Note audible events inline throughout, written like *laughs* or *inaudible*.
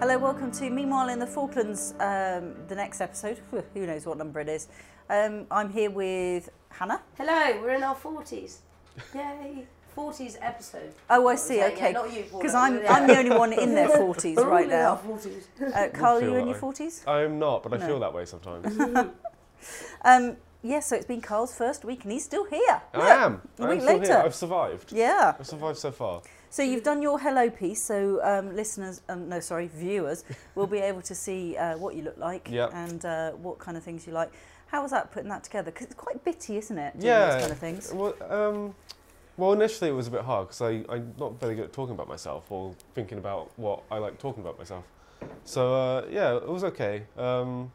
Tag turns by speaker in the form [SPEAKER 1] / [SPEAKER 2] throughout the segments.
[SPEAKER 1] Hello, welcome to Meanwhile in the Falklands, um, the next episode. Who knows what number it is. Um, I'm here with Hannah.
[SPEAKER 2] Hello, we're in our forties. Yay, forties episode.
[SPEAKER 1] Oh, I
[SPEAKER 2] That's what
[SPEAKER 1] see,
[SPEAKER 2] I'm saying,
[SPEAKER 1] okay.
[SPEAKER 2] Yeah, not you, Paul,
[SPEAKER 1] Because
[SPEAKER 2] no,
[SPEAKER 1] I'm,
[SPEAKER 2] yeah.
[SPEAKER 1] I'm the only one in their
[SPEAKER 2] *laughs*
[SPEAKER 1] 40s
[SPEAKER 2] We're all
[SPEAKER 1] right
[SPEAKER 2] in our
[SPEAKER 1] now.
[SPEAKER 2] 40s.
[SPEAKER 1] Uh, Carl, are you
[SPEAKER 3] feel
[SPEAKER 1] in your
[SPEAKER 3] that
[SPEAKER 1] 40s?
[SPEAKER 3] I'm not, but I
[SPEAKER 1] No.
[SPEAKER 3] feel that way sometimes.
[SPEAKER 1] Um, yeah, so it's been Carl's first week and he's still here.
[SPEAKER 3] I am.
[SPEAKER 1] a
[SPEAKER 3] I'm
[SPEAKER 1] week
[SPEAKER 3] still
[SPEAKER 1] later.
[SPEAKER 3] Here. I've survived.
[SPEAKER 1] Yeah.
[SPEAKER 3] I've survived so far.
[SPEAKER 1] So you've done your hello piece, so um, listeners, um, no, sorry,
[SPEAKER 3] *laughs*
[SPEAKER 1] viewers, will be able to see uh, what you look like
[SPEAKER 3] Yep.
[SPEAKER 1] and uh, what kind of things you like. How was that putting that together? Because it's quite bitty, isn't it? doing
[SPEAKER 3] yeah.
[SPEAKER 1] Those kind of things.
[SPEAKER 3] Well, um, well, initially it was a bit hard because I'm not very good at talking about myself or thinking about what I like talking about myself. So uh, yeah, it was okay. Um,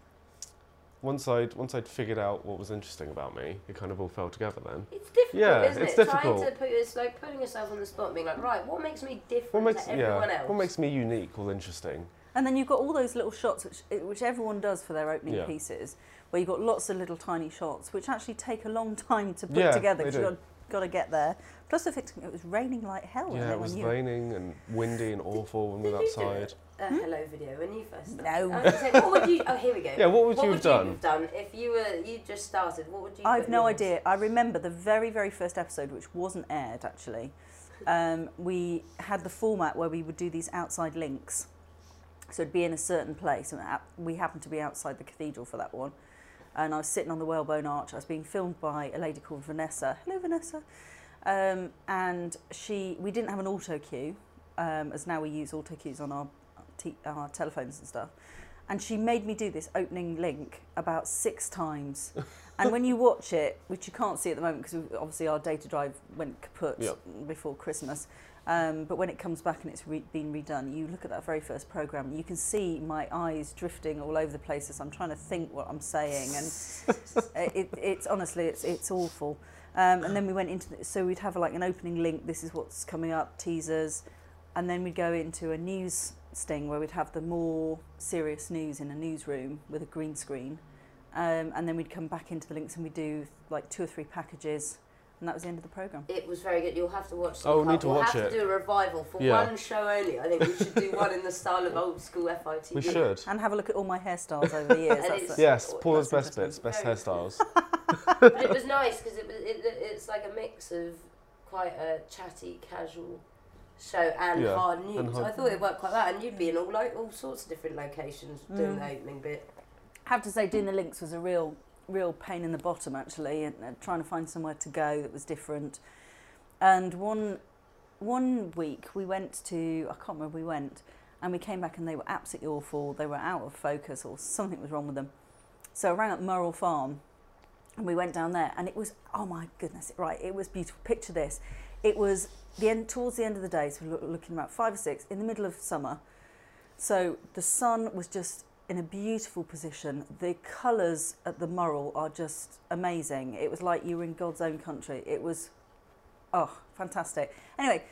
[SPEAKER 3] once I'd once I'd figured out what was interesting about me, it kind of all fell together then.
[SPEAKER 2] *laughs* It's difficult,
[SPEAKER 3] Yeah,
[SPEAKER 2] isn't
[SPEAKER 3] it's
[SPEAKER 2] it? Trying
[SPEAKER 3] difficult.
[SPEAKER 2] to put it's like putting yourself on the spot, and being like, right, what makes me different
[SPEAKER 3] What makes
[SPEAKER 2] to everyone
[SPEAKER 3] yeah,
[SPEAKER 2] else?
[SPEAKER 3] what makes me unique or interesting?
[SPEAKER 1] And then you've got all those little shots, which, which everyone does for their opening
[SPEAKER 3] Yeah.
[SPEAKER 1] pieces, where you've got lots of little tiny shots, which actually take a long time to put
[SPEAKER 3] Yeah,
[SPEAKER 1] together
[SPEAKER 3] they
[SPEAKER 1] because you've
[SPEAKER 3] do.
[SPEAKER 1] got, got to get there. Plus, the fact it was raining like hell. wasn't
[SPEAKER 3] yeah, it was
[SPEAKER 1] when you,
[SPEAKER 3] raining and windy and awful when we
[SPEAKER 2] Did
[SPEAKER 3] were
[SPEAKER 2] you do
[SPEAKER 3] outside.
[SPEAKER 2] a Uh, hello video when you first started?
[SPEAKER 1] Hmm? No.
[SPEAKER 2] I was gonna say, what would
[SPEAKER 1] *laughs*
[SPEAKER 2] you? Oh, here we go.
[SPEAKER 3] Yeah, what would you have done?
[SPEAKER 2] have done if you were you just started? What would you?
[SPEAKER 1] I've
[SPEAKER 2] put
[SPEAKER 1] no
[SPEAKER 2] yours?
[SPEAKER 1] idea. I remember the very, very first episode, which wasn't aired actually. Um, we had the format where we would do these outside links. So it'd be in a certain place, and at- we happened to be outside the cathedral for that one. And I was sitting on the whalebone arch. I was being filmed by a lady called Vanessa. Hello, Vanessa. Um, and she, we didn't have an auto cue, um, as now we use auto cues on our, t- our telephones and stuff. And she made me do this opening link about six times. and when you watch it, which you can't see at the moment because obviously our data drive went kaput
[SPEAKER 3] Yeah.
[SPEAKER 1] before Christmas, um, but when it comes back and it's re- been redone, you look at that very first program, you can see my eyes drifting all over the place as I'm trying to think what I'm saying, and it, it, it's honestly it's it's awful. Um, and then we went into the, so we'd have like an opening link. This is what's coming up, teasers, and then we'd go into a news sting where we'd have the more serious news in a newsroom with a green screen, um, and then we'd come back into the links and we'd do like two or three packages, and that was the end of the program.
[SPEAKER 2] It was very good. You'll have to watch.
[SPEAKER 3] Oh,
[SPEAKER 2] the
[SPEAKER 3] we need
[SPEAKER 2] cut.
[SPEAKER 3] to
[SPEAKER 2] we'll
[SPEAKER 3] watch
[SPEAKER 2] have
[SPEAKER 3] it.
[SPEAKER 2] to do a revival for
[SPEAKER 3] Yeah.
[SPEAKER 2] one show only. I think we should do one in the style of old school FITV.
[SPEAKER 3] We should.
[SPEAKER 1] And have a look at all my hairstyles over the years.
[SPEAKER 2] *laughs* And
[SPEAKER 1] That's
[SPEAKER 2] it's-
[SPEAKER 1] it.
[SPEAKER 3] Yes,
[SPEAKER 2] That's
[SPEAKER 3] Paula's best
[SPEAKER 1] interesting.
[SPEAKER 3] bits, best
[SPEAKER 2] Very
[SPEAKER 3] hairstyles.
[SPEAKER 2] but it was nice because it was it, it- it's like a mix of quite a chatty, casual show and
[SPEAKER 3] Yeah,
[SPEAKER 2] hard news.
[SPEAKER 3] and hard-
[SPEAKER 2] I thought it worked quite well, and you'd be in all like all sorts of different locations
[SPEAKER 1] Mm.
[SPEAKER 2] doing the opening
[SPEAKER 1] *laughs*
[SPEAKER 2] bit.
[SPEAKER 1] have to say doing the links was a real real pain in the bottom actually and uh, trying to find somewhere to go that was different and one one week we went to i can't remember where we went and we came back and they were absolutely awful they were out of focus or something was wrong with them so i rang up Murrell farm and we went down there and it was oh my goodness right it was beautiful picture this it was the end towards the end of the day so we're loo- looking about five or six in the middle of summer so the sun was just in a beautiful position. The colours at the Murrell are just amazing. It was like you were in God's own country. It was, oh, fantastic. Anyway,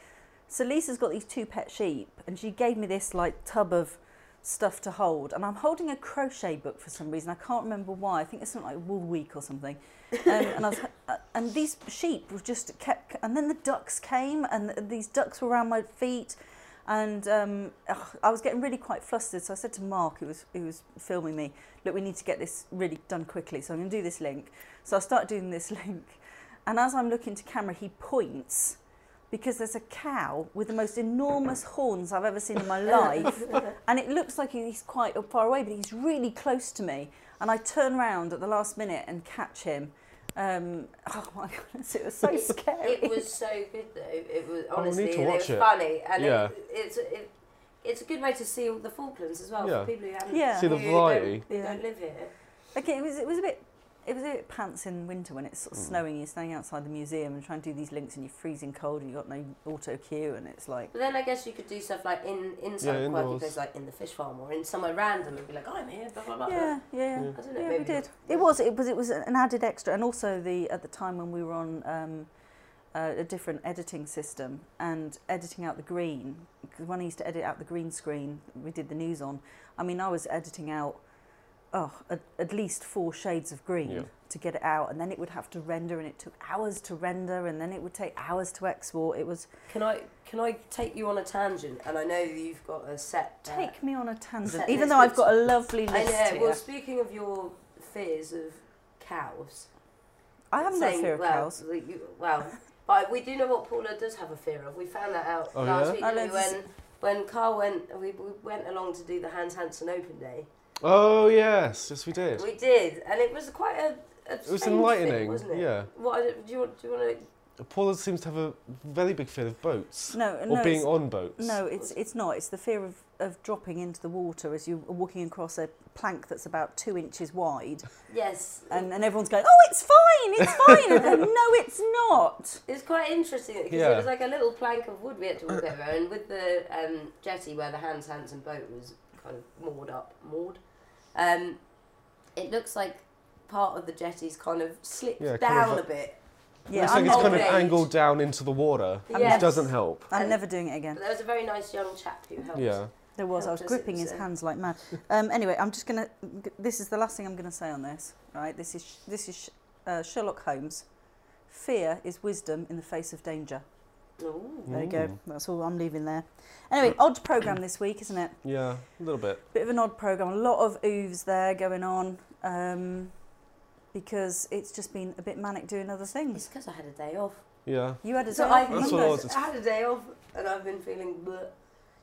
[SPEAKER 1] so Lisa's got these two pet sheep, and she gave me this like tub of stuff to hold. And I'm holding a crochet book for some reason. I can't remember why. I think it's something like Wool Week or something. Um, and I was, *laughs* uh, and these sheep were just kept. And then the ducks came, and th- these ducks were around my feet. And um, ugh, I was getting really quite flustered, so I said to Mark, who was who was filming me, "Look, we need to get this really done quickly. So I'm going to do this link." So I start doing this *laughs* link, and as I'm looking to camera, he points because there's a cow with the most enormous horns I've ever seen in
[SPEAKER 2] *laughs*
[SPEAKER 1] my life, and it looks like he's quite far away, but he's really close to me. And I turn round at the last minute and catch him. Um, *laughs* oh my goodness, it was so scary.
[SPEAKER 2] It was so good though. It was
[SPEAKER 3] Oh, we need
[SPEAKER 2] honestly,
[SPEAKER 3] to
[SPEAKER 2] and
[SPEAKER 3] watch
[SPEAKER 2] it was
[SPEAKER 3] it.
[SPEAKER 2] funny, and
[SPEAKER 3] Yeah.
[SPEAKER 2] it, it's it, it's a good way to see all the Falklands as well
[SPEAKER 3] Yeah.
[SPEAKER 2] for people who haven't
[SPEAKER 1] Yeah.
[SPEAKER 3] See the
[SPEAKER 2] who don't-
[SPEAKER 3] variety.
[SPEAKER 2] who
[SPEAKER 1] Yeah.
[SPEAKER 2] don't live here.
[SPEAKER 1] Like it was, it was a bit, it was a bit pants in winter when it's sort of snowing. You're standing outside the museum and trying to do these links, and you're freezing cold, and you've got no auto cue, and it's like,
[SPEAKER 2] But then I guess you could do stuff like in inside
[SPEAKER 3] Yeah,
[SPEAKER 2] quirky
[SPEAKER 3] indoors.
[SPEAKER 2] places, like in the fish farm or in somewhere random, and be like, "Oh, I'm here, blah blah blah.
[SPEAKER 1] yeah, yeah, yeah.
[SPEAKER 2] I don't know.
[SPEAKER 1] Yeah,
[SPEAKER 2] maybe
[SPEAKER 1] we did.
[SPEAKER 2] not.
[SPEAKER 1] It was, it was, it was an added extra, and also the at the time when we were on um, uh, a different editing system and editing out the green. Because when I used to edit out the green screen, we did the news on. I mean, I was editing out oh, at, at least four shades of green
[SPEAKER 3] Yeah.
[SPEAKER 1] to get it out, and then it would have to render, and it took hours to render, and then it would take hours to export. It was
[SPEAKER 2] Can I can I take you on a tangent? And I know you've got a set. uh,
[SPEAKER 1] take me on a tangent,
[SPEAKER 2] set
[SPEAKER 1] even
[SPEAKER 2] list
[SPEAKER 1] though I've
[SPEAKER 2] with-
[SPEAKER 1] got a lovely
[SPEAKER 2] I
[SPEAKER 1] list
[SPEAKER 2] know.
[SPEAKER 1] here.
[SPEAKER 2] Well, speaking of your fears of cows,
[SPEAKER 1] I haven't got a
[SPEAKER 2] saying-
[SPEAKER 1] fear of
[SPEAKER 2] well,
[SPEAKER 1] cows.
[SPEAKER 2] we- you- well, but we do know what Paula does have a fear of. We found that out
[SPEAKER 3] Oh,
[SPEAKER 2] last
[SPEAKER 3] yeah?
[SPEAKER 2] week
[SPEAKER 1] I
[SPEAKER 2] didn't we,
[SPEAKER 1] love to
[SPEAKER 2] when when Carl went. We, we went along to do the Hans Hansen Open Day.
[SPEAKER 3] Oh yes, yes we did.
[SPEAKER 2] We did, and it was quite a. a
[SPEAKER 3] It was
[SPEAKER 2] strange
[SPEAKER 3] enlightening.
[SPEAKER 2] thing, wasn't it?
[SPEAKER 3] Yeah.
[SPEAKER 2] What I don't- do you want? Do you want to?
[SPEAKER 3] Paula seems to have a very big fear of boats
[SPEAKER 1] No,
[SPEAKER 3] or
[SPEAKER 1] no,
[SPEAKER 3] being
[SPEAKER 1] it's-
[SPEAKER 3] on boats.
[SPEAKER 1] no, it's it's not. It's the fear of, of dropping into the water as you're walking across a plank that's about two inches
[SPEAKER 3] *laughs*
[SPEAKER 1] wide,
[SPEAKER 2] Yes.
[SPEAKER 1] and, and everyone's going, "Oh, it's fine, it's fine," and, and no, it's
[SPEAKER 3] *laughs*
[SPEAKER 1] not.
[SPEAKER 2] It's quite interesting because
[SPEAKER 3] Yeah.
[SPEAKER 2] it was like a little plank of wood we had to walk over, and with the um, jetty where the Hans Hansen boat was kind of moored up, moored. Um, it looks like part of the jetty's kind of slipped
[SPEAKER 3] Yeah, kind
[SPEAKER 2] down
[SPEAKER 3] of like-
[SPEAKER 2] a bit.
[SPEAKER 1] Yeah,
[SPEAKER 3] it's
[SPEAKER 1] I'm
[SPEAKER 3] like it's
[SPEAKER 1] not.
[SPEAKER 3] kind of
[SPEAKER 2] outraged.
[SPEAKER 3] angled down into the water,
[SPEAKER 2] Yes.
[SPEAKER 3] which doesn't help.
[SPEAKER 1] I'm never doing it again.
[SPEAKER 2] But there was a very nice young chap who helped.
[SPEAKER 3] Yeah.
[SPEAKER 1] There was. I was
[SPEAKER 2] helped us, it
[SPEAKER 1] gripping
[SPEAKER 2] was
[SPEAKER 1] his
[SPEAKER 2] a-
[SPEAKER 1] hands like mad. Um, anyway, I'm just gonna. g- This is the last thing I'm gonna say on this. Right. This is this is uh, Sherlock Holmes. Fear is wisdom in the face of danger.
[SPEAKER 2] Ooh.
[SPEAKER 1] There you go.
[SPEAKER 3] Mm.
[SPEAKER 1] That's all I'm leaving there. Anyway, odd program this week, isn't it?
[SPEAKER 3] Yeah, a little bit.
[SPEAKER 1] Bit of an odd program. A lot of oohs there going on. Um, because it's just been a bit manic doing other
[SPEAKER 2] It's
[SPEAKER 1] things.
[SPEAKER 2] because I had a day off.
[SPEAKER 3] Yeah.
[SPEAKER 1] You had a
[SPEAKER 2] So
[SPEAKER 1] day
[SPEAKER 2] I,
[SPEAKER 1] off on
[SPEAKER 3] That's what
[SPEAKER 1] Monday.
[SPEAKER 3] I was-
[SPEAKER 2] I had a day off, and I've been feeling. Bleh.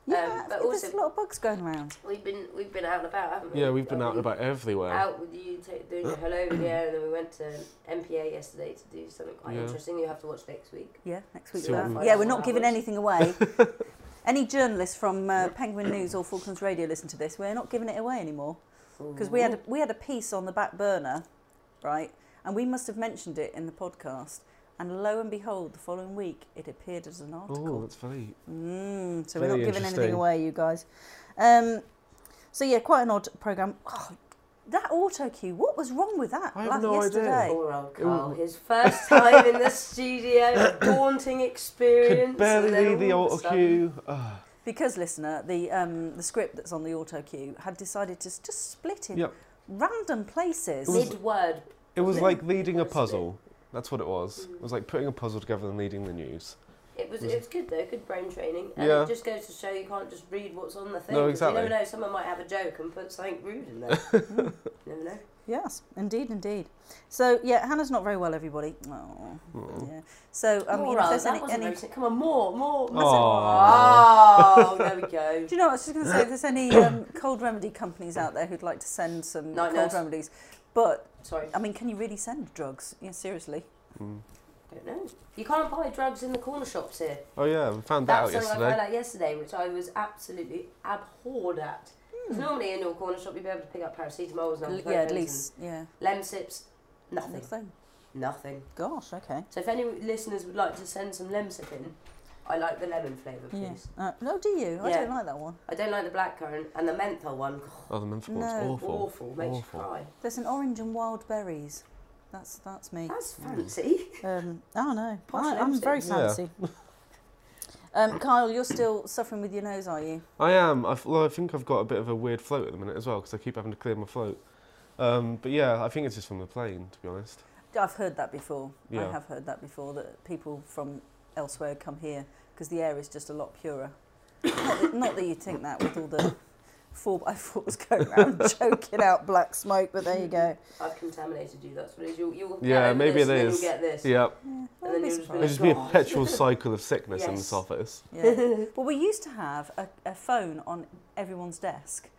[SPEAKER 1] Yeah,
[SPEAKER 2] um, but
[SPEAKER 1] there's a
[SPEAKER 2] also-
[SPEAKER 1] lot of bugs going around.
[SPEAKER 2] We've been we've been out and about, haven't we?
[SPEAKER 3] Yeah, we've been
[SPEAKER 2] Like,
[SPEAKER 3] out and
[SPEAKER 2] we-
[SPEAKER 3] about everywhere.
[SPEAKER 2] out with you ta doing your hello video, and then we went to MPA yesterday to do something quite
[SPEAKER 3] Yeah.
[SPEAKER 2] interesting. You have to watch next week.
[SPEAKER 1] Yeah, next week.
[SPEAKER 3] So
[SPEAKER 1] that.
[SPEAKER 3] we-
[SPEAKER 1] yeah, we're not giving
[SPEAKER 2] Hours.
[SPEAKER 1] anything away. *laughs* Any journalists from uh, Penguin News or Falklands Radio listen to this? We're not giving it away anymore because we had a, we had a piece on the back burner, right? And we must have mentioned it in the podcast. And lo and behold, the following week it appeared as an
[SPEAKER 3] Oh,
[SPEAKER 1] article.
[SPEAKER 3] that's very.
[SPEAKER 1] Mm, so we're not
[SPEAKER 3] Very
[SPEAKER 1] giving anything
[SPEAKER 3] interesting.
[SPEAKER 1] away, you guys. Um, so yeah, quite an odd program. Oh, that auto cue. What was wrong with that?
[SPEAKER 3] I have
[SPEAKER 1] like
[SPEAKER 3] no idea.
[SPEAKER 1] yesterday.
[SPEAKER 2] Poor old
[SPEAKER 3] Ooh.
[SPEAKER 2] Carl. His first time in the
[SPEAKER 3] *coughs*
[SPEAKER 2] studio, a daunting experience.
[SPEAKER 3] Could barely
[SPEAKER 2] and then
[SPEAKER 3] read the
[SPEAKER 2] all of a
[SPEAKER 3] auto
[SPEAKER 2] sudden-
[SPEAKER 3] cue. Ugh.
[SPEAKER 1] Because, listener, the um, the script that's on the auto cue had decided to s- just split in
[SPEAKER 3] Yep.
[SPEAKER 1] random places.
[SPEAKER 3] It was-
[SPEAKER 2] Mid word.
[SPEAKER 3] It was
[SPEAKER 2] Yeah.
[SPEAKER 3] like leading a
[SPEAKER 2] Honestly.
[SPEAKER 3] puzzle. That's what it was. It was like putting a puzzle together and leading the news.
[SPEAKER 2] It was,
[SPEAKER 3] Was-
[SPEAKER 2] it was good though, good brain training. And
[SPEAKER 3] Yeah.
[SPEAKER 2] it just goes to show you can't just read what's on the thing.
[SPEAKER 3] No,
[SPEAKER 2] 'cause
[SPEAKER 3] exactly.
[SPEAKER 2] You never know, someone might have a joke and put something rude in there.
[SPEAKER 3] *laughs*
[SPEAKER 2] you never know.
[SPEAKER 1] Yes, indeed, indeed. So, yeah, Hannah's not very well, everybody.
[SPEAKER 3] Mm.
[SPEAKER 1] Oh, yeah. So, I mean, if
[SPEAKER 2] Moral,
[SPEAKER 1] there's
[SPEAKER 2] that
[SPEAKER 1] any,
[SPEAKER 2] wasn't
[SPEAKER 1] any
[SPEAKER 2] very- Come on, more, more.
[SPEAKER 3] Aww.
[SPEAKER 2] Oh, there we go.
[SPEAKER 1] *laughs* do you know? I was just going to say, if there's any
[SPEAKER 3] *coughs*
[SPEAKER 1] um, cold remedy companies out there who'd like to send some
[SPEAKER 2] Night
[SPEAKER 1] cold
[SPEAKER 2] nurse.
[SPEAKER 1] remedies, but
[SPEAKER 2] Sorry.
[SPEAKER 1] I mean, can you really send drugs? Yeah, seriously.
[SPEAKER 3] Mm.
[SPEAKER 2] don't know. You can't buy drugs in the corner shops here.
[SPEAKER 3] Oh yeah, we found that
[SPEAKER 2] That's
[SPEAKER 3] out
[SPEAKER 2] something I
[SPEAKER 3] yesterday.
[SPEAKER 2] found out yesterday, which I was absolutely abhorred at. 'Cause Normally, in your corner shop, you'd be able to pick up paracetamols and
[SPEAKER 1] Hmm. L-
[SPEAKER 2] ibuprofens
[SPEAKER 1] yeah, at least, yeah.
[SPEAKER 2] and Lemsips, nothing,
[SPEAKER 1] Nothing.
[SPEAKER 2] nothing.
[SPEAKER 1] Gosh, okay.
[SPEAKER 2] So if any listeners would like to send some Lemsip in, I like the lemon flavour, please.
[SPEAKER 1] Yes. Uh, no, do you? I
[SPEAKER 2] Yeah.
[SPEAKER 1] don't like that one.
[SPEAKER 2] I don't like the blackcurrant and the menthol one.
[SPEAKER 3] Oh, the Memphis one's
[SPEAKER 1] No.
[SPEAKER 3] awful.
[SPEAKER 2] awful, makes
[SPEAKER 3] Awful.
[SPEAKER 2] you cry.
[SPEAKER 1] There's an orange and wild berries. That's that's me.
[SPEAKER 2] That's fancy.
[SPEAKER 1] Um, I don't know.
[SPEAKER 2] Ah. Posh
[SPEAKER 1] I, I'm very fancy. *laughs*
[SPEAKER 3] lipstick.
[SPEAKER 1] um, Kyle, you're still suffering with your nose, are you?
[SPEAKER 3] I am. I, f- well, I think I've got a bit of a weird float at the minute as well because I keep having to clear my float. Um, but yeah, I think it's just from the plane, to be honest.
[SPEAKER 1] I've heard that before. I
[SPEAKER 3] Yeah.
[SPEAKER 1] have heard that before that people from elsewhere come here because the air is just a lot purer. not, that, not that you'd think that with all the four by fours *laughs* going
[SPEAKER 2] *laughs*
[SPEAKER 1] around choking out black smoke, but there you go.
[SPEAKER 2] I've contaminated you. That's what it is. You'll, you'll
[SPEAKER 3] Yeah,
[SPEAKER 2] get over
[SPEAKER 3] maybe
[SPEAKER 2] this
[SPEAKER 3] it
[SPEAKER 2] and then
[SPEAKER 3] is.
[SPEAKER 2] You'll get this.
[SPEAKER 3] Yeah,
[SPEAKER 1] Yeah, I
[SPEAKER 2] then
[SPEAKER 1] wouldn't be
[SPEAKER 2] you'll just be
[SPEAKER 1] surprised.
[SPEAKER 3] There's just be a
[SPEAKER 2] God.
[SPEAKER 1] *laughs*
[SPEAKER 3] perpetual cycle of sickness in
[SPEAKER 2] Yes.
[SPEAKER 3] this office.
[SPEAKER 1] Yeah. well, we used to have a, a phone on everyone's desk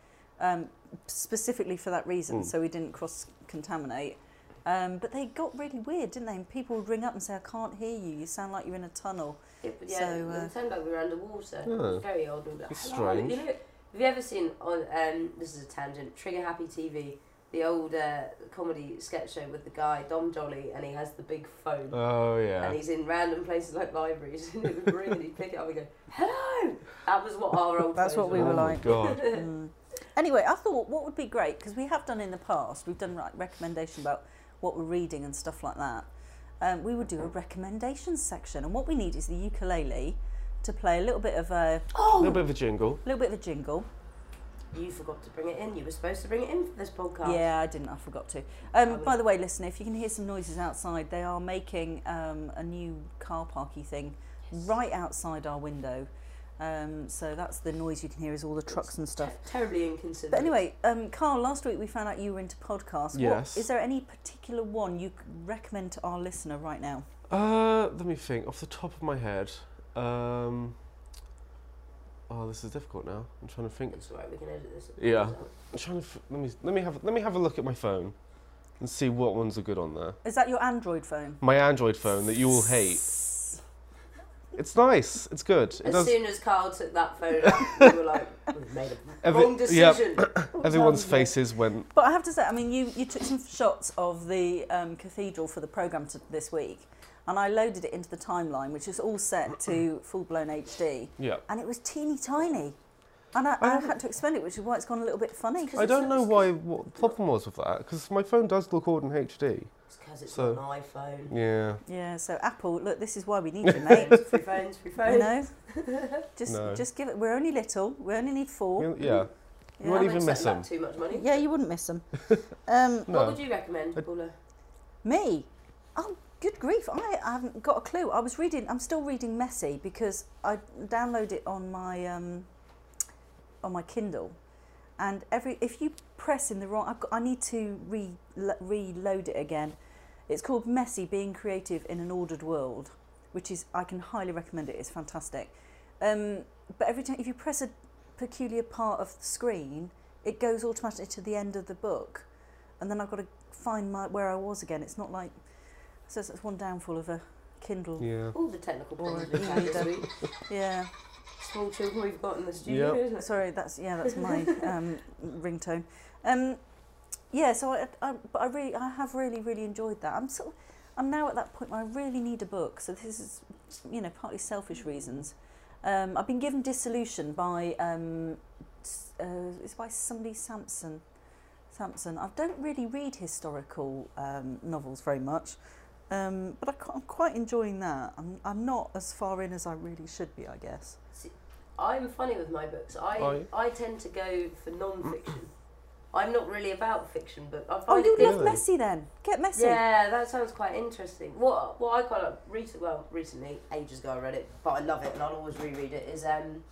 [SPEAKER 1] um, specifically for that reason,
[SPEAKER 2] Hmm.
[SPEAKER 3] Mm.
[SPEAKER 1] so we didn't cross contaminate. Um, but they got really weird, didn't they? And people would ring up and say, I can't hear you, you sound like you're in a tunnel.
[SPEAKER 2] *laughs*
[SPEAKER 1] *laughs*
[SPEAKER 2] It, yeah,
[SPEAKER 1] So, uh,
[SPEAKER 2] it sounded like we were underwater.
[SPEAKER 3] Yeah.
[SPEAKER 2] It was very old. We were like,
[SPEAKER 3] Oh. It's
[SPEAKER 2] "Hello,
[SPEAKER 3] strange.
[SPEAKER 2] You know, have you ever seen on um, this is a tangent Trigger Happy TV the old uh, comedy sketch show with the guy Dom Jolly and he has the big phone
[SPEAKER 3] Oh yeah.
[SPEAKER 2] and he's in random places like libraries *laughs* and it would ring and he'd pick it up and go hello. That was what our old.
[SPEAKER 1] *laughs* That's
[SPEAKER 2] phones
[SPEAKER 1] what we
[SPEAKER 3] oh
[SPEAKER 1] were
[SPEAKER 3] my
[SPEAKER 1] like-
[SPEAKER 3] god.
[SPEAKER 1] *laughs* Mm. Anyway, I thought what would be great, because we have done in the past, we've done like, recommendation about what we're reading and stuff like that. Um, we would do a recommendations section, and what we need is the ukulele to play a little bit of a
[SPEAKER 3] A little
[SPEAKER 2] Oh,
[SPEAKER 3] bit of a jingle.
[SPEAKER 1] little bit of a jingle,
[SPEAKER 2] you forgot to bring it in. You were supposed to bring it in for this podcast.
[SPEAKER 1] Yeah, I didn't. I forgot to.
[SPEAKER 2] Oh,
[SPEAKER 1] Um,
[SPEAKER 2] we-
[SPEAKER 1] by the way, listen, if you can hear some noises outside, they are making um, a new car parky thing right outside our window. Um, so that's the noise you can hear is all the trucks and stuff.
[SPEAKER 2] Ter- terribly inconsiderate.
[SPEAKER 1] But anyway, um, Carl, last week we found out you were into podcasts.
[SPEAKER 3] Yes.
[SPEAKER 1] What, is there any particular one you c- recommend to our listener right now?
[SPEAKER 3] Uh, let me think. Off the top of my head, um, oh, this is difficult now. I'm trying to think.
[SPEAKER 2] It's alright, we can edit this.
[SPEAKER 3] Yeah. I'm trying to f- let me let me have let me have a look at my phone, and see what ones are good on there.
[SPEAKER 1] Is that your Android phone?
[SPEAKER 3] My Android phone that you will hate. It's nice. It's good. It
[SPEAKER 2] As
[SPEAKER 3] does.
[SPEAKER 2] soon as Carl took that
[SPEAKER 3] *laughs*
[SPEAKER 2] phone out, we were like, we've made a
[SPEAKER 3] Every-
[SPEAKER 2] wrong
[SPEAKER 3] yeah.
[SPEAKER 2] decision.
[SPEAKER 3] Everyone's faces went.
[SPEAKER 1] But I have to say, I mean, you, you took some shots of the um, cathedral for the programme t- this week, and I loaded it into the timeline, which is all set
[SPEAKER 3] *clears throat*
[SPEAKER 1] to full blown HD,
[SPEAKER 3] Yeah.
[SPEAKER 1] and it was teeny tiny. And I,
[SPEAKER 3] I
[SPEAKER 1] I,
[SPEAKER 3] haven't-
[SPEAKER 1] had to explain it, which is why it's gone a little bit funny.
[SPEAKER 2] Because
[SPEAKER 3] I
[SPEAKER 2] it's
[SPEAKER 3] don't
[SPEAKER 2] not-
[SPEAKER 3] know why what the problem was with that because my phone does record in HD.
[SPEAKER 2] It's because it's
[SPEAKER 3] So-
[SPEAKER 2] an iPhone.
[SPEAKER 3] Yeah.
[SPEAKER 1] Yeah, so Apple, look, this is why we need you, mate.
[SPEAKER 2] free phones, free
[SPEAKER 1] you
[SPEAKER 2] phones.
[SPEAKER 1] know, just
[SPEAKER 3] No.
[SPEAKER 1] just give it. We're only little. We only need four.
[SPEAKER 3] You- Yeah.
[SPEAKER 1] Yeah,
[SPEAKER 3] You won't
[SPEAKER 2] I'm
[SPEAKER 3] even
[SPEAKER 2] upset
[SPEAKER 3] miss them.
[SPEAKER 2] about Too much money.
[SPEAKER 1] Yeah, you wouldn't miss
[SPEAKER 3] *laughs*
[SPEAKER 1] them. Um,
[SPEAKER 2] What
[SPEAKER 3] No.
[SPEAKER 2] would you recommend,
[SPEAKER 3] I-
[SPEAKER 2] Paula?
[SPEAKER 1] Me? Oh, good grief. I, I haven't got a clue. I was reading, I'm still reading Messy because I download it on my, um, on my Kindle. And every, if you press in the wrong, I've got, I need to re, lo- reload it again. It's called Messy Being Creative in an Ordered World, which is, I can highly recommend it. It's fantastic. Um, but every time, if you press a peculiar part of the screen, it goes automatically to the end of the book. And then I've got to find my where I was again. It's not like so that's one downfall of a Kindle.
[SPEAKER 3] Yeah.
[SPEAKER 2] All the technical
[SPEAKER 1] Or
[SPEAKER 2] problems we've had this
[SPEAKER 1] either.
[SPEAKER 2] week.
[SPEAKER 1] Yeah.
[SPEAKER 2] Small children we've got in the studio,
[SPEAKER 3] Yep.
[SPEAKER 2] isn't it?
[SPEAKER 1] Sorry, that's yeah, that's my um, ringtone. Um, yeah, so I, I but I really I have really really enjoyed that. I'm sort of, I'm now at that point where I really need a book. So this is you know partly selfish reasons. Um, I've been given Dissolution by um, s- uh, it's by somebody Sampson. Sampson. I don't really read historical um, novels very much, um, but I, ca- I'm quite enjoying that. I'm, I'm not as far in as I really should be, I guess.
[SPEAKER 2] I'm funny with my books. I
[SPEAKER 3] Are you?
[SPEAKER 2] I tend to go for non-fiction. I'm not really about fiction, but I
[SPEAKER 1] Oh,
[SPEAKER 2] find
[SPEAKER 1] you
[SPEAKER 2] it good.
[SPEAKER 1] love
[SPEAKER 3] Really?
[SPEAKER 1] Messy then? Get Messy.
[SPEAKER 2] Yeah, that sounds quite interesting. What what I quite like recent well recently ages ago I read it, but I love it and I'll always reread it. Is um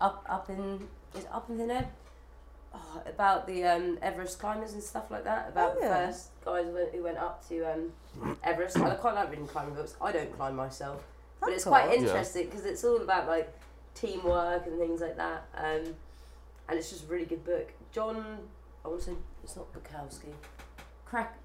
[SPEAKER 2] up up in is up in the air oh, about the um, Everest climbers and stuff like that. About
[SPEAKER 1] Oh, yeah.
[SPEAKER 2] the first guys who- who went up to um, Everest. And I quite like reading climbing books. I don't climb myself, but
[SPEAKER 1] That's
[SPEAKER 2] it's
[SPEAKER 1] all
[SPEAKER 2] quite
[SPEAKER 1] right.
[SPEAKER 3] Yeah.
[SPEAKER 2] interesting because it's all about like teamwork and things like that. Um, and it's just a really good book. John, I want to say it's not Bukowski. Crack.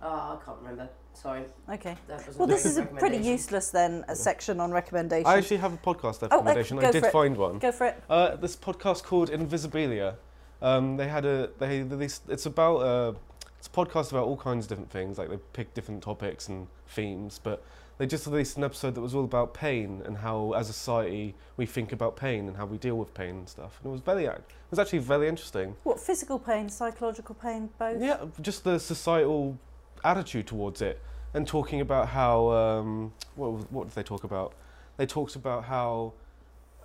[SPEAKER 2] Oh, I can't remember. Sorry,
[SPEAKER 1] Okay.
[SPEAKER 2] that was.
[SPEAKER 1] Well,
[SPEAKER 2] very
[SPEAKER 1] this
[SPEAKER 2] good
[SPEAKER 1] is a pretty
[SPEAKER 2] recommendation.
[SPEAKER 1] useless then a section on recommendations.
[SPEAKER 3] I actually have a podcast recommendation.
[SPEAKER 1] go
[SPEAKER 3] I
[SPEAKER 1] for
[SPEAKER 3] did
[SPEAKER 1] it.
[SPEAKER 3] find one.
[SPEAKER 1] Go for it.
[SPEAKER 3] Uh, this podcast called Invisibilia. Um, they had a they this it's about uh, it's a podcast about all kinds of different things. Like they pick different topics and themes, but they just released an episode that was all about pain and how, as a society, we think about pain and how we deal with pain and stuff. And it was very ac- it was actually very interesting.
[SPEAKER 1] What physical pain, psychological pain, both?
[SPEAKER 3] Yeah, just the societal attitude towards it, and talking about how um, what was- what did they talk about? They talked about how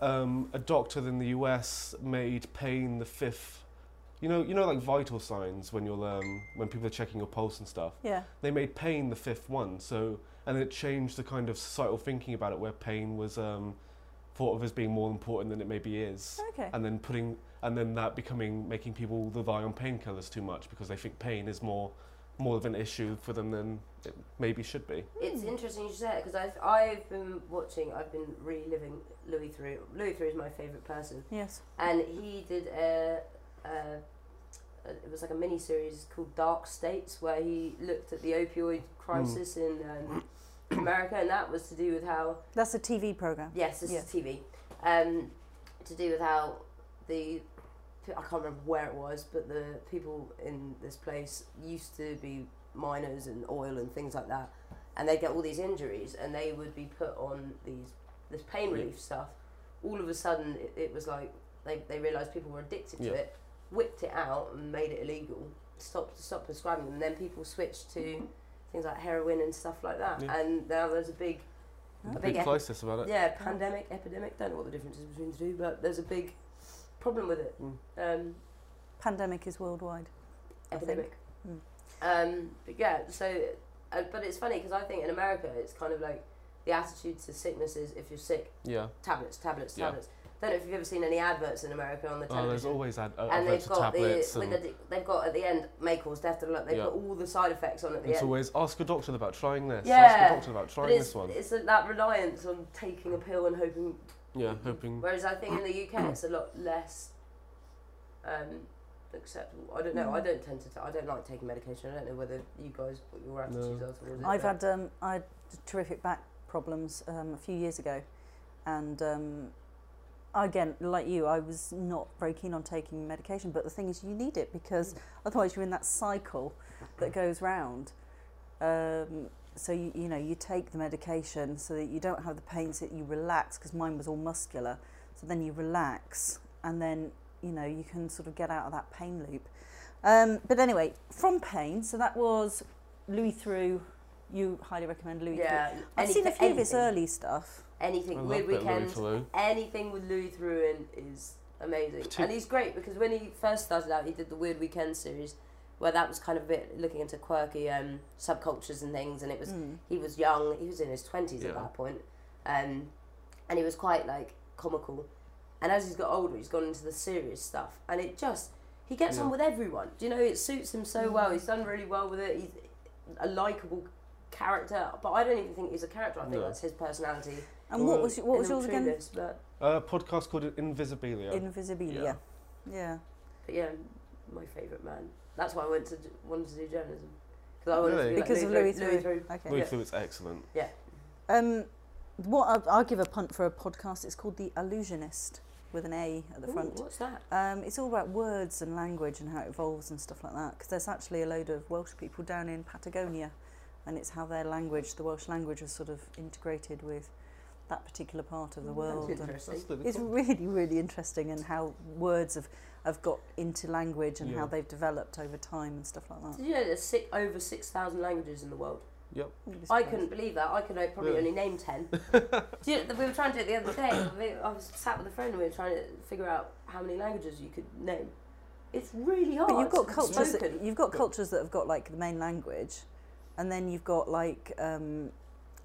[SPEAKER 3] um, a doctor in the U.S. made pain the fifth. You know, you know, like vital signs when you'll um, when people are checking your pulse and stuff.
[SPEAKER 1] Yeah.
[SPEAKER 3] They made pain the fifth one, so and it changed the kind of societal thinking about it, where pain was um, thought of as being more important than it maybe is
[SPEAKER 1] Okay.
[SPEAKER 3] and then putting and then that becoming making people rely on painkillers too much because they think pain is more more of an issue for them than it maybe should be.
[SPEAKER 2] It's interesting you should say that because I've, I've been watching, I've been reliving Louis Theroux. Louis Theroux is my favourite person.
[SPEAKER 1] Yes.
[SPEAKER 2] And he did a, a, a it was like a mini series called Dark States where he looked at the opioid crisis in um, America, and that was to do with how
[SPEAKER 1] That's a TV program.
[SPEAKER 2] yes, this
[SPEAKER 1] Yeah.
[SPEAKER 2] is TV, um, to do with how the I can't remember where it was, but the people in this place used to be miners and oil and things like that, and they get all these injuries, and they would be put on these this pain
[SPEAKER 3] Yeah.
[SPEAKER 2] relief stuff. All of a sudden, it, it was like they, they realised people were addicted
[SPEAKER 3] Yeah.
[SPEAKER 2] to it, whipped it out and made it illegal, stopped stopped prescribing them, and then people switched to things like heroin and stuff like that,
[SPEAKER 3] Yeah.
[SPEAKER 2] and now there's a big
[SPEAKER 1] A
[SPEAKER 2] a
[SPEAKER 3] Big
[SPEAKER 2] big epi-
[SPEAKER 3] crisis about it.
[SPEAKER 2] yeah, pandemic, epidemic. Don't know what the difference is between the two, but there's a big problem with it.
[SPEAKER 3] Mm.
[SPEAKER 2] Um,
[SPEAKER 1] Pandemic is worldwide. I think.
[SPEAKER 2] epidemic. Um, but yeah, so uh, but it's funny because I think in America it's kind of like the attitude to sickness is if you're sick,
[SPEAKER 3] Yeah.
[SPEAKER 2] tablets, tablets,
[SPEAKER 3] Yeah.
[SPEAKER 2] tablets. Don't know if you've ever seen any adverts in America on the
[SPEAKER 3] Oh, there's
[SPEAKER 2] television.
[SPEAKER 3] always ad- uh,
[SPEAKER 2] and
[SPEAKER 3] adverts
[SPEAKER 2] they've
[SPEAKER 3] for
[SPEAKER 2] got the,
[SPEAKER 3] tablets,
[SPEAKER 2] with
[SPEAKER 3] and
[SPEAKER 2] the d- they've got at the end may cause death. da, da, da, They've
[SPEAKER 3] Yeah.
[SPEAKER 2] got all the side effects on at the
[SPEAKER 3] it's
[SPEAKER 2] end.
[SPEAKER 3] always ask your doctor about trying this. Ask
[SPEAKER 2] Yeah,
[SPEAKER 3] your doctor about
[SPEAKER 2] But
[SPEAKER 3] trying
[SPEAKER 2] it's,
[SPEAKER 3] this one.
[SPEAKER 2] it's that reliance on taking a pill and hoping.
[SPEAKER 3] Yeah, hoping.
[SPEAKER 2] Whereas I think in the UK it's a lot less um, acceptable. I don't know.
[SPEAKER 1] Mm.
[SPEAKER 2] I don't tend to. T- I don't like taking medication. I don't know whether you guys what your attitudes are towards it.
[SPEAKER 1] I've
[SPEAKER 2] but-
[SPEAKER 1] had um, I had terrific back problems um, a few years ago, and um, again, like you, I was not very keen on taking medication. But the thing is, you need it
[SPEAKER 3] Mm.
[SPEAKER 1] because otherwise you're in that cycle that goes round. Um, so you, you know you take the medication so that you don't have the pain, so that you relax. Because mine was all muscular, so then you relax, and then you know you can sort of get out of that pain loop. Um, but anyway, from pain, so that was Louis through. You highly recommend Louis through.
[SPEAKER 2] Yeah,
[SPEAKER 1] I've
[SPEAKER 2] any-
[SPEAKER 1] seen a few of his
[SPEAKER 2] anything.
[SPEAKER 1] early stuff.
[SPEAKER 3] I
[SPEAKER 2] Anything
[SPEAKER 3] love
[SPEAKER 2] weird
[SPEAKER 3] that Louis
[SPEAKER 2] weekend,
[SPEAKER 3] Theroux.
[SPEAKER 2] anything with Louis Thruin is amazing,
[SPEAKER 3] Partic-
[SPEAKER 2] and he's great because when he first started out, he did the Weird Weekend series, where that was kind of a bit looking into quirky um, subcultures and things, and it was
[SPEAKER 1] Mm.
[SPEAKER 2] he was young, he was in his twenties at
[SPEAKER 3] Yeah.
[SPEAKER 2] that point, um, and he was quite like comical, and as he's got older, he's gone into the serious stuff, and it just he gets on
[SPEAKER 3] Yeah.
[SPEAKER 2] with everyone. Do you know it suits him so well? He's done really well with it. He's a likable character, but I don't even think he's a character. I think
[SPEAKER 3] No.
[SPEAKER 2] that's his personality.
[SPEAKER 1] And what
[SPEAKER 3] Well,
[SPEAKER 1] was what
[SPEAKER 2] in
[SPEAKER 1] was
[SPEAKER 2] all
[SPEAKER 1] yours again?
[SPEAKER 2] trueness, But,
[SPEAKER 3] A Uh, podcast called Invisibilia.
[SPEAKER 1] Invisibilia. Yeah.
[SPEAKER 2] but yeah, my favourite man. That's why I went to wanted to do journalism because I wanted
[SPEAKER 3] Really?
[SPEAKER 2] to be
[SPEAKER 1] Because
[SPEAKER 2] like
[SPEAKER 1] of Louis
[SPEAKER 2] Louis
[SPEAKER 1] Theroux.
[SPEAKER 2] Theroux.
[SPEAKER 1] Okay.
[SPEAKER 3] Louis
[SPEAKER 2] Yeah.
[SPEAKER 3] Theroux is excellent.
[SPEAKER 1] Um, what I'll, I'll give a punt for a podcast. It's called The Illusionist with an A at the
[SPEAKER 2] Ooh,
[SPEAKER 1] front.
[SPEAKER 2] What's that?
[SPEAKER 1] Um, it's all about words and language and how it evolves and stuff like that. Because there's actually a load of Welsh people down in Patagonia, and it's how their language, the Welsh language, was sort of integrated with that particular part of the world.
[SPEAKER 2] That's
[SPEAKER 1] and-
[SPEAKER 2] Mm, interesting.
[SPEAKER 1] It's really, really interesting and how words have, have got into language and how
[SPEAKER 3] Yeah.
[SPEAKER 1] they've developed over time and stuff like that.
[SPEAKER 2] Did you know there's six, over six thousand languages in the world?
[SPEAKER 1] You'd be
[SPEAKER 2] I
[SPEAKER 1] surprised.
[SPEAKER 2] couldn't believe that. I could like, probably
[SPEAKER 3] Yeah.
[SPEAKER 2] only name
[SPEAKER 3] *laughs*
[SPEAKER 2] ten. do you know, we were trying to do it the other day. We- I was sat with a friend and we were trying to figure out how many languages you could name. It's really hard.
[SPEAKER 1] But you've got
[SPEAKER 2] It's
[SPEAKER 1] cultures. That,
[SPEAKER 2] spoken.
[SPEAKER 1] you've got cultures that have got like the main language, and then you've got like um,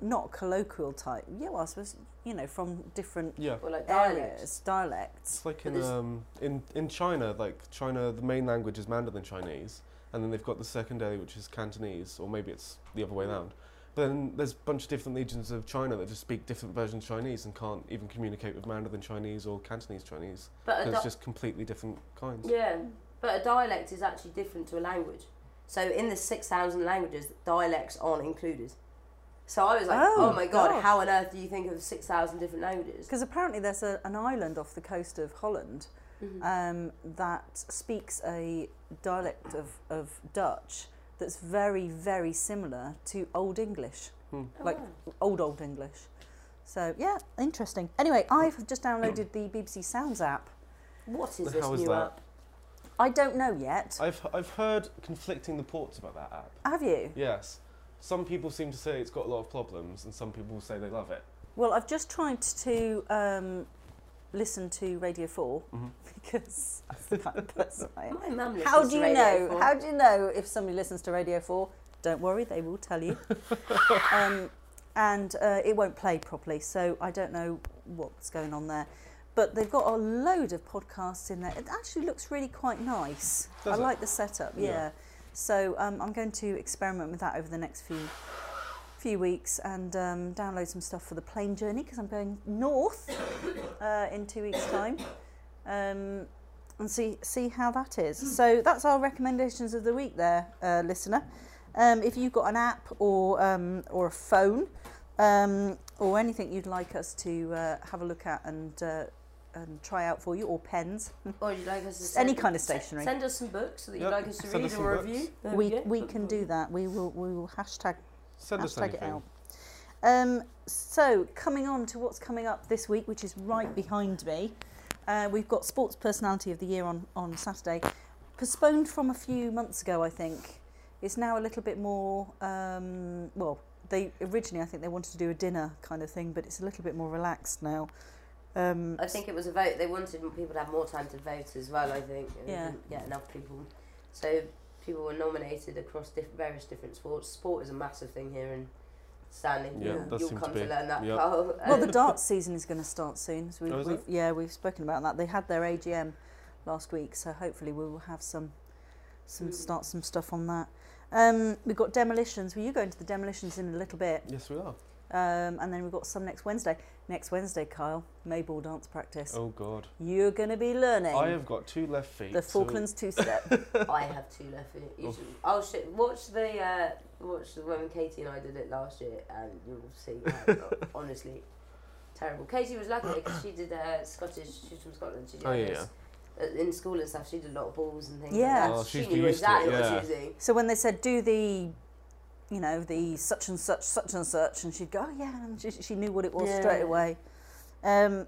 [SPEAKER 1] not colloquial type. Yeah, well, I suppose you know from different
[SPEAKER 3] Yeah.
[SPEAKER 2] Or like dialects.
[SPEAKER 1] areas, dialects.
[SPEAKER 3] It's like
[SPEAKER 2] But
[SPEAKER 3] in,
[SPEAKER 2] there's-
[SPEAKER 3] um, in in China, like China, the main language is Mandarin Chinese, and then they've got the secondary, which is Cantonese, or maybe it's the other way
[SPEAKER 1] Mm.
[SPEAKER 3] around. But then there's a bunch of different regions of China that just speak different versions of Chinese and can't even communicate with Mandarin Chinese or Cantonese Chinese.
[SPEAKER 1] Uh,
[SPEAKER 2] But a
[SPEAKER 3] There's
[SPEAKER 2] di-
[SPEAKER 3] just completely different kinds.
[SPEAKER 2] Yeah, but a dialect is actually different to a language. So in the 6,000 languages, dialects aren't included. So I was like,
[SPEAKER 1] Oh,
[SPEAKER 2] oh, my god,
[SPEAKER 1] gosh.
[SPEAKER 2] how on earth do you think of 6,000 different languages?
[SPEAKER 1] Because apparently there's a, an island off the coast of Holland um, that speaks a dialect of, of Dutch that's very, very similar to Old English,
[SPEAKER 3] Hmm.
[SPEAKER 2] Oh,
[SPEAKER 1] like
[SPEAKER 2] wow.
[SPEAKER 1] Old Old English. So yeah, interesting. Anyway, I've just downloaded the BBC Sounds app.
[SPEAKER 2] what is
[SPEAKER 3] How
[SPEAKER 2] this
[SPEAKER 3] is
[SPEAKER 2] new
[SPEAKER 3] that?
[SPEAKER 2] app?
[SPEAKER 1] I don't know yet.
[SPEAKER 3] I've I've heard conflicting reports about that app.
[SPEAKER 1] Have you?
[SPEAKER 3] Yes. Some people seem to say it's got a lot of problems, and some people say they love it.
[SPEAKER 1] Well, I've just tried to um, listen to Radio 4
[SPEAKER 3] Mhm.
[SPEAKER 1] *laughs* because that's the kind of person I am.
[SPEAKER 2] My mum listens
[SPEAKER 1] How
[SPEAKER 2] to
[SPEAKER 1] do you
[SPEAKER 2] Radio
[SPEAKER 1] know?
[SPEAKER 2] 4.
[SPEAKER 1] How do you know if somebody listens to Radio 4? Don't worry, they will tell
[SPEAKER 2] *laughs*
[SPEAKER 1] you. um, and uh, it won't play properly, so I don't know what's going on there. But they've got a load of podcasts in there. It actually looks really quite nice.
[SPEAKER 3] Does
[SPEAKER 1] I
[SPEAKER 3] it?
[SPEAKER 1] like the setup, yeah.
[SPEAKER 3] Yeah.
[SPEAKER 1] So um, I'm going to experiment with that over the next few few weeks and um, download some stuff for the plane journey because I'm going north *coughs* uh, in two weeks' time. Um, and see see how that is. So that's our recommendations of the week, there, uh, listener. Um, if you've got an app or um, or a phone um, or anything you'd like us to uh, have a look at and uh, and try out for you, or pens,
[SPEAKER 2] Or you'd Oh, like us to
[SPEAKER 1] any
[SPEAKER 2] send-
[SPEAKER 1] kind of
[SPEAKER 2] se-
[SPEAKER 1] stationery,
[SPEAKER 2] Send us some books so that you'd
[SPEAKER 3] Yep,
[SPEAKER 2] like us to
[SPEAKER 3] send
[SPEAKER 2] read
[SPEAKER 3] us some
[SPEAKER 2] or
[SPEAKER 3] books.
[SPEAKER 2] review. There
[SPEAKER 1] we
[SPEAKER 2] go.
[SPEAKER 1] we can do that. We will we will hashtag
[SPEAKER 3] Send us
[SPEAKER 1] hashtag it
[SPEAKER 3] anything.
[SPEAKER 1] out. Um, so coming on to what's coming up this week, which is right behind me, uh, we've got Sports Personality of the Year on on Saturday, postponed from a few months ago. I think it's now a little bit more. Um, well, they originally I think they wanted to do a dinner kind of thing, but it's a little bit more relaxed now.
[SPEAKER 4] Um,
[SPEAKER 2] I think it was a vote. They wanted people to have more time to vote as well. I think. and they
[SPEAKER 1] Yeah.
[SPEAKER 2] didn't Get enough people, so people were nominated across diff- various different sports. Sport is a massive thing here in Stanley.
[SPEAKER 3] Yeah,
[SPEAKER 2] you'll,
[SPEAKER 3] that
[SPEAKER 2] you'll
[SPEAKER 3] seems
[SPEAKER 2] come
[SPEAKER 3] to
[SPEAKER 2] to,
[SPEAKER 3] be-
[SPEAKER 2] learn that,
[SPEAKER 3] yeah.
[SPEAKER 2] *laughs* Carl.
[SPEAKER 1] *laughs* Well,
[SPEAKER 3] *laughs*
[SPEAKER 2] Um,
[SPEAKER 1] the darts season is going to start soon. So we've,
[SPEAKER 3] Oh, is it?
[SPEAKER 1] we've yeah, we've spoken about that. They had their AGM last week, so hopefully we will have some some
[SPEAKER 2] Mm.
[SPEAKER 1] start some stuff on that. Um, we've got demolitions. Well, you go into the demolitions in a little bit,
[SPEAKER 3] Yes, we are.
[SPEAKER 1] um, and then we've got some next Wednesday. Next Wednesday, Kyle, Mayball dance practice.
[SPEAKER 3] Oh God,
[SPEAKER 1] You're going to be learning
[SPEAKER 3] I have got two left feet.
[SPEAKER 1] the
[SPEAKER 3] so-
[SPEAKER 1] Falklands two-step.
[SPEAKER 2] I have two left feet. You
[SPEAKER 3] Oof.
[SPEAKER 2] should, oh shit! Watch the uh, watch the when Katie and I did it last year, and you'll see. How,
[SPEAKER 3] *laughs*
[SPEAKER 2] honestly, terrible. Katie was lucky because she did uh, Scottish. She's from Scotland. She did
[SPEAKER 3] Oh,
[SPEAKER 2] all
[SPEAKER 3] yeah,
[SPEAKER 2] this. Uh, In school and stuff, she did a lot of balls and things.
[SPEAKER 1] Yeah.
[SPEAKER 2] like that.
[SPEAKER 3] Oh,
[SPEAKER 2] she
[SPEAKER 3] she's
[SPEAKER 2] knew
[SPEAKER 3] used to it,
[SPEAKER 2] exactly
[SPEAKER 3] yeah.
[SPEAKER 2] what she was doing.
[SPEAKER 1] so when they said do the, you know, the such and such, such and such, and she'd go, oh yeah, and she, she knew what it was
[SPEAKER 2] Yeah.
[SPEAKER 1] straight away. Um,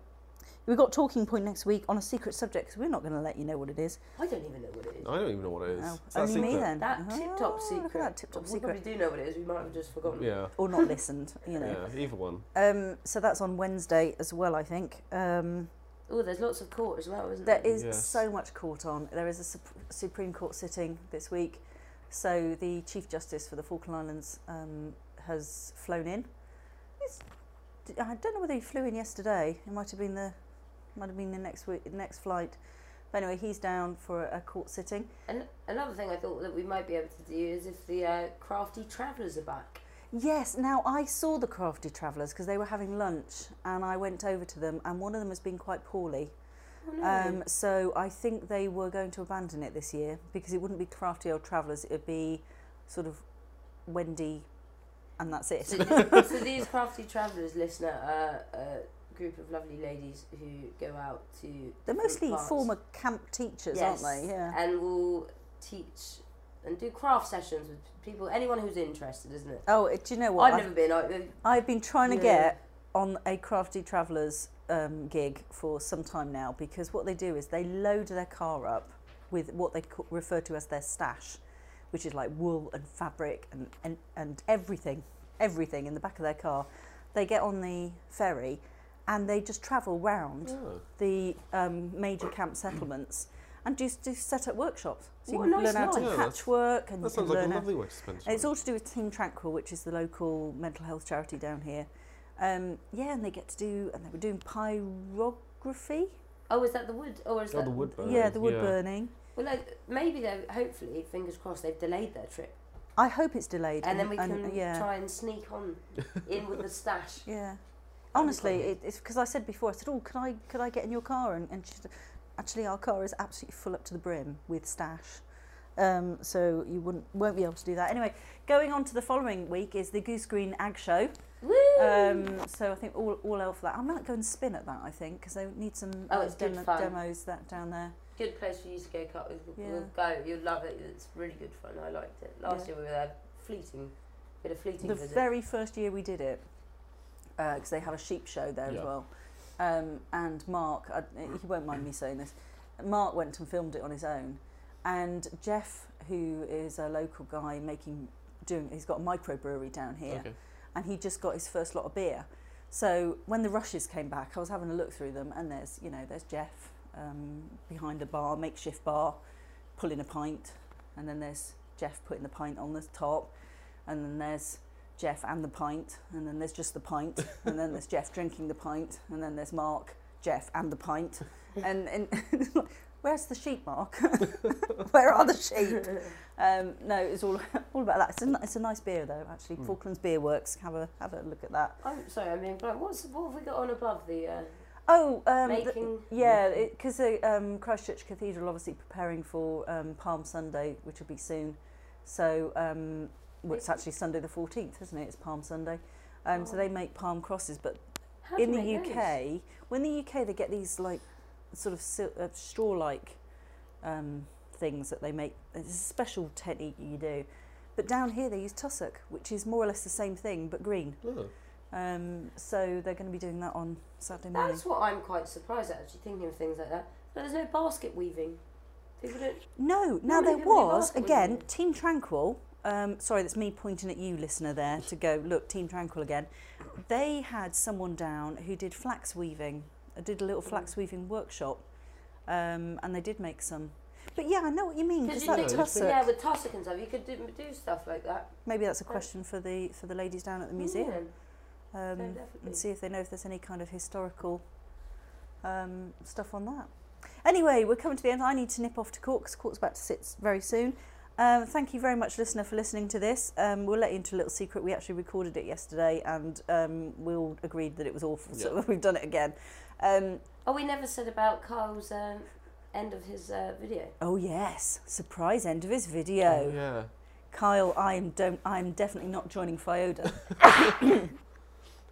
[SPEAKER 1] we've got talking point next week on a secret subject because we're not going to let you know what it is.
[SPEAKER 2] I don't even know what it is.
[SPEAKER 3] I don't even know what it is.
[SPEAKER 1] Oh,
[SPEAKER 3] It's that
[SPEAKER 1] only me
[SPEAKER 3] secret.
[SPEAKER 1] then.
[SPEAKER 2] That
[SPEAKER 1] Oh,
[SPEAKER 2] tip top
[SPEAKER 1] look at
[SPEAKER 2] secret.
[SPEAKER 1] that tip top
[SPEAKER 2] We
[SPEAKER 1] secret.
[SPEAKER 2] probably do know what it is. We might have just forgotten.
[SPEAKER 3] Yeah,
[SPEAKER 1] Or not listened, you know.
[SPEAKER 3] yeah. Either one.
[SPEAKER 1] Um, so that's on Wednesday as well, I think. Um,
[SPEAKER 2] Oh, there's lots of court as well, isn't
[SPEAKER 1] there
[SPEAKER 2] there?
[SPEAKER 1] is
[SPEAKER 3] Yes.
[SPEAKER 1] so much court on. There is a sup- Supreme Court sitting this week. So the Chief Justice for the Falkland Islands um, has flown in. It's, I don't know whether he flew in yesterday. It might have been the might have been the next week, next flight. But anyway, he's down for a court sitting.
[SPEAKER 2] And another thing I thought that we might be able to do is if the uh, crafty travellers are back.
[SPEAKER 1] Yes, now I saw the crafty travellers because they were having lunch and I went over to them and one of them has been quite poorly.
[SPEAKER 2] Oh, no.
[SPEAKER 1] Um, so I think they were going to abandon it this year because it wouldn't be crafty old travellers, it would be sort of Wendy and that's it.
[SPEAKER 2] So, th- so these crafty travellers, listener, are a group of lovely ladies who go out to.
[SPEAKER 1] They're
[SPEAKER 2] different
[SPEAKER 1] mostly
[SPEAKER 2] parts.
[SPEAKER 1] former camp teachers,
[SPEAKER 2] Yes,
[SPEAKER 1] aren't they? Yeah.
[SPEAKER 2] And will teach and do craft sessions with people, anyone who's interested, isn't it?
[SPEAKER 1] Oh, do you know what?
[SPEAKER 2] I've never been. I, uh,
[SPEAKER 1] I've been trying to
[SPEAKER 2] Yeah.
[SPEAKER 1] get on a Crafty Travellers um, gig for some time now because what they do is they load their car up with what they ca- refer to as their stash, which is like wool and fabric and, and, and everything, everything in the back of their car. They get on the ferry and they just travel round
[SPEAKER 3] Oh.
[SPEAKER 1] the um, major camp settlements and just, just set up workshops. So you
[SPEAKER 2] What a
[SPEAKER 1] can
[SPEAKER 2] nice
[SPEAKER 1] learn how
[SPEAKER 2] life.
[SPEAKER 1] to
[SPEAKER 3] Yeah, that's-
[SPEAKER 1] patchwork and you
[SPEAKER 3] That
[SPEAKER 1] can
[SPEAKER 3] sounds like a
[SPEAKER 1] learn how
[SPEAKER 3] lovely way to spend
[SPEAKER 1] and
[SPEAKER 3] time.
[SPEAKER 1] it's all to do with Team Tranquil, which is the local mental health charity down here. Um, yeah, and they get to do, and they were doing pyrography.
[SPEAKER 2] oh, is that the wood? Or is
[SPEAKER 3] Oh,
[SPEAKER 2] that
[SPEAKER 3] the wood burning.
[SPEAKER 1] yeah, the wood burning.
[SPEAKER 2] Well, like, maybe they hopefully, fingers crossed, they've delayed their trip,
[SPEAKER 1] I hope it's delayed.
[SPEAKER 2] and then we can
[SPEAKER 1] yeah,
[SPEAKER 2] try and sneak on in with the stash.
[SPEAKER 1] yeah.
[SPEAKER 2] be
[SPEAKER 1] Honestly,
[SPEAKER 2] fun.
[SPEAKER 1] it, it's because I said before. I said, "Oh, could I could I get in your car?" And, and she said, actually, our car is absolutely full up to the brim with stash. Um, so you wouldn't won't be able to do that anyway. Going on to the following week is the Goose Green Ag Show.
[SPEAKER 2] Woo!
[SPEAKER 1] Um, so I think all all out for that. I might go and spin at that. I think because they need some
[SPEAKER 2] Oh,
[SPEAKER 1] uh,
[SPEAKER 2] it's good
[SPEAKER 1] demo-
[SPEAKER 2] fun.
[SPEAKER 1] demos that down there.
[SPEAKER 2] Good place for you to go, cut. We'll,
[SPEAKER 1] Yeah.
[SPEAKER 2] we'll go. You'll love it. It's really good fun. I liked it. Last
[SPEAKER 1] Yeah.
[SPEAKER 2] year we were there fleeting, bit of fleeting
[SPEAKER 1] The
[SPEAKER 2] visit.
[SPEAKER 1] very first year we did it, because they have a sheep show there as
[SPEAKER 3] Yeah.
[SPEAKER 1] well. Um, and Mark, I, he won't mind me saying this. Mark went and filmed it on his own, and Jeff, who is a local guy making doing, he's got a microbrewery down here.
[SPEAKER 3] Okay.
[SPEAKER 1] and he just got his first lot of beer. So when the rushes came back, I was having a look through them, and there's you know there's Jeff um, behind a bar, makeshift bar, pulling a pint, and then there's Jeff putting the pint on the top, and then there's Jeff and the pint, and then there's just the pint, and then there's Jeff drinking the pint, and then there's Mark, Jeff and the pint, and and *laughs* it's like, where's the sheep, Mark? *laughs* Where are the sheep? Um, no, it's all all about that. It's a, ni- it's a nice beer though, actually.
[SPEAKER 3] Mm.
[SPEAKER 1] Falklands Beer Works. Have a have a look at that.
[SPEAKER 2] I'm Oh, sorry, I mean, but what's what have we got on above the uh,
[SPEAKER 1] Oh, um, the-
[SPEAKER 2] making?
[SPEAKER 1] yeah, because um, Christchurch Cathedral obviously preparing for um, Palm Sunday, which will be soon. So um, well, it's actually Sunday the fourteenth, isn't it? It's Palm Sunday. Um, So
[SPEAKER 2] Oh.
[SPEAKER 1] they make palm crosses, but
[SPEAKER 2] How do
[SPEAKER 1] in
[SPEAKER 2] you
[SPEAKER 1] the
[SPEAKER 2] make those?
[SPEAKER 1] UK, well, in the UK they get these like sort of sil- uh, straw-like um, things that they make. It's a special technique you do, but down here they use tussock, which is more or less the same thing but green.
[SPEAKER 3] Oh.
[SPEAKER 1] Um, so they're going to be doing that on Saturday morning.
[SPEAKER 2] That's what I'm quite surprised at. Actually, thinking of things like that, but there's no basket weaving. People don't.
[SPEAKER 1] No, now
[SPEAKER 2] no,
[SPEAKER 1] there
[SPEAKER 2] nobody
[SPEAKER 1] was
[SPEAKER 2] laughed, wouldn't
[SPEAKER 1] again
[SPEAKER 2] they?
[SPEAKER 1] Team Tranquil. Um, sorry, that's me pointing at you, listener, there to go look Team Tranquil again. They had someone down who did flax weaving I did a little
[SPEAKER 2] Mm.
[SPEAKER 1] flax weaving workshop, um, and they did make some. But yeah, I know what you mean.
[SPEAKER 2] Because
[SPEAKER 1] Because
[SPEAKER 2] you
[SPEAKER 1] that
[SPEAKER 2] could,
[SPEAKER 3] do-
[SPEAKER 1] tussock,
[SPEAKER 2] yeah, with tussock and stuff, you could do, do stuff like that. Mm,
[SPEAKER 1] maybe that's a question for the for the ladies down at the museum. um,
[SPEAKER 2] no,
[SPEAKER 1] and
[SPEAKER 2] definitely.
[SPEAKER 1] see if they know if there's any kind of historical um, stuff on that. Anyway, we're coming to the end. I need to nip off to Cork because Cork's about to sit very soon. Um, thank you very much, listener, for listening to this. Um, we'll let you into a little secret. We actually recorded it yesterday and um, we all agreed that it was awful, so *laughs* we've done it again. Um,
[SPEAKER 2] Oh, we never said about Carl's um, end of his uh, video.
[SPEAKER 1] oh, yes, surprise end of his video.
[SPEAKER 3] Oh, Yeah.
[SPEAKER 1] Kyle, I'm, don't, I'm definitely not joining Fyoda.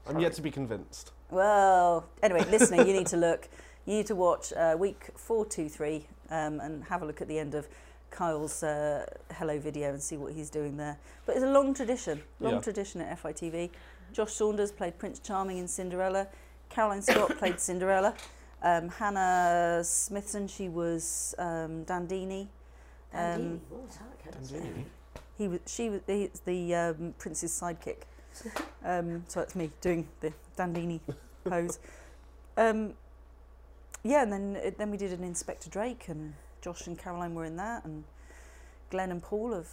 [SPEAKER 3] I'm yet to be convinced.
[SPEAKER 1] Well, anyway, listener, you need to look. You need to watch uh, week four, two, three, um, and have a look at the end of Kyle's uh, hello video and see what he's doing there. But it's a long tradition, long
[SPEAKER 3] Yeah.
[SPEAKER 1] tradition at FITV. Josh Saunders played Prince Charming in Cinderella. Caroline Scott played Cinderella. Um, Hannah Smithson, she was um, Dandini.
[SPEAKER 2] Dandini,
[SPEAKER 1] Um,
[SPEAKER 2] what was that?
[SPEAKER 1] He was, she was the, the um, prince's sidekick. Um, so that's me doing the Dandini pose. Um, yeah, and then then we did an Inspector Drake, and Josh and Caroline were in that, and Glenn and Paul have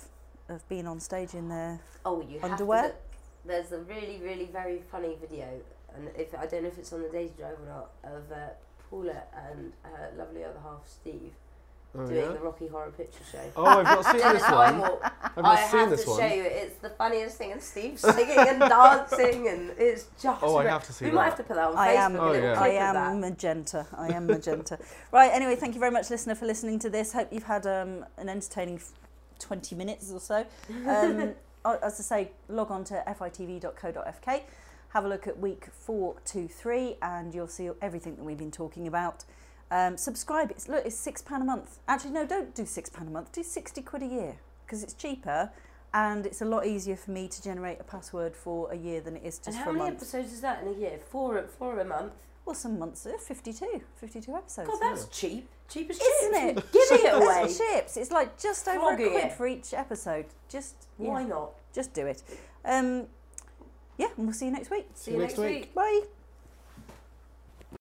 [SPEAKER 1] have been on stage in their
[SPEAKER 2] Oh, you have
[SPEAKER 1] Underwear?
[SPEAKER 2] To look. There's a really, really very funny video, and if I don't know if it's on the Daisy Drive or not, of uh, Paula and her lovely other half Steve
[SPEAKER 3] Oh,
[SPEAKER 2] doing
[SPEAKER 3] yeah?
[SPEAKER 2] the Rocky Horror Picture Show.
[SPEAKER 3] oh, I've
[SPEAKER 2] *laughs*
[SPEAKER 3] not seen
[SPEAKER 2] Dennis
[SPEAKER 3] this one.
[SPEAKER 2] Hywel,
[SPEAKER 3] I've
[SPEAKER 2] I
[SPEAKER 3] not seen
[SPEAKER 2] have
[SPEAKER 3] this
[SPEAKER 2] to
[SPEAKER 3] one.
[SPEAKER 2] show you. It's the funniest thing, and Steve
[SPEAKER 1] *laughs*
[SPEAKER 2] singing and dancing, and it's just.
[SPEAKER 3] Oh, I
[SPEAKER 2] re-
[SPEAKER 3] have to see
[SPEAKER 2] We might
[SPEAKER 3] that.
[SPEAKER 2] have to put that on Facebook.
[SPEAKER 1] I am,
[SPEAKER 2] a
[SPEAKER 3] Oh,
[SPEAKER 2] little
[SPEAKER 3] yeah.
[SPEAKER 2] clip
[SPEAKER 1] I
[SPEAKER 2] of that.
[SPEAKER 1] am magenta. I
[SPEAKER 2] *laughs*
[SPEAKER 1] am magenta. right. Anyway, thank you very much, listener, for listening to this. Hope you've had um, an entertaining f- twenty minutes or
[SPEAKER 2] *laughs*
[SPEAKER 1] so. Um, uh, as I say, log on to fitv.co.fk, have a look at week four, two, three, and you'll see everything that we've been talking about. Um, subscribe. It's look, it's six pound a month. Actually, no, don't do six pound a month. Do sixty quid a year because it's cheaper. And it's a lot easier for me to generate a password for a year than it is just
[SPEAKER 2] And
[SPEAKER 1] for
[SPEAKER 2] how
[SPEAKER 1] a
[SPEAKER 2] many
[SPEAKER 1] month.
[SPEAKER 2] episodes is that in a year? Four, four a month.
[SPEAKER 1] Well, some months, uh, 52, 52 episodes.
[SPEAKER 2] God, that's cheap. Cheap as chips.
[SPEAKER 1] Isn't it?
[SPEAKER 2] Give it away.
[SPEAKER 1] That's chips. It's like just over
[SPEAKER 2] Flogging
[SPEAKER 1] a quid
[SPEAKER 2] it.
[SPEAKER 1] for each episode. Just
[SPEAKER 2] Why
[SPEAKER 1] yeah,
[SPEAKER 2] not?
[SPEAKER 1] just do it. Um, yeah, and we'll see you next week.
[SPEAKER 2] See you next week.
[SPEAKER 1] Bye.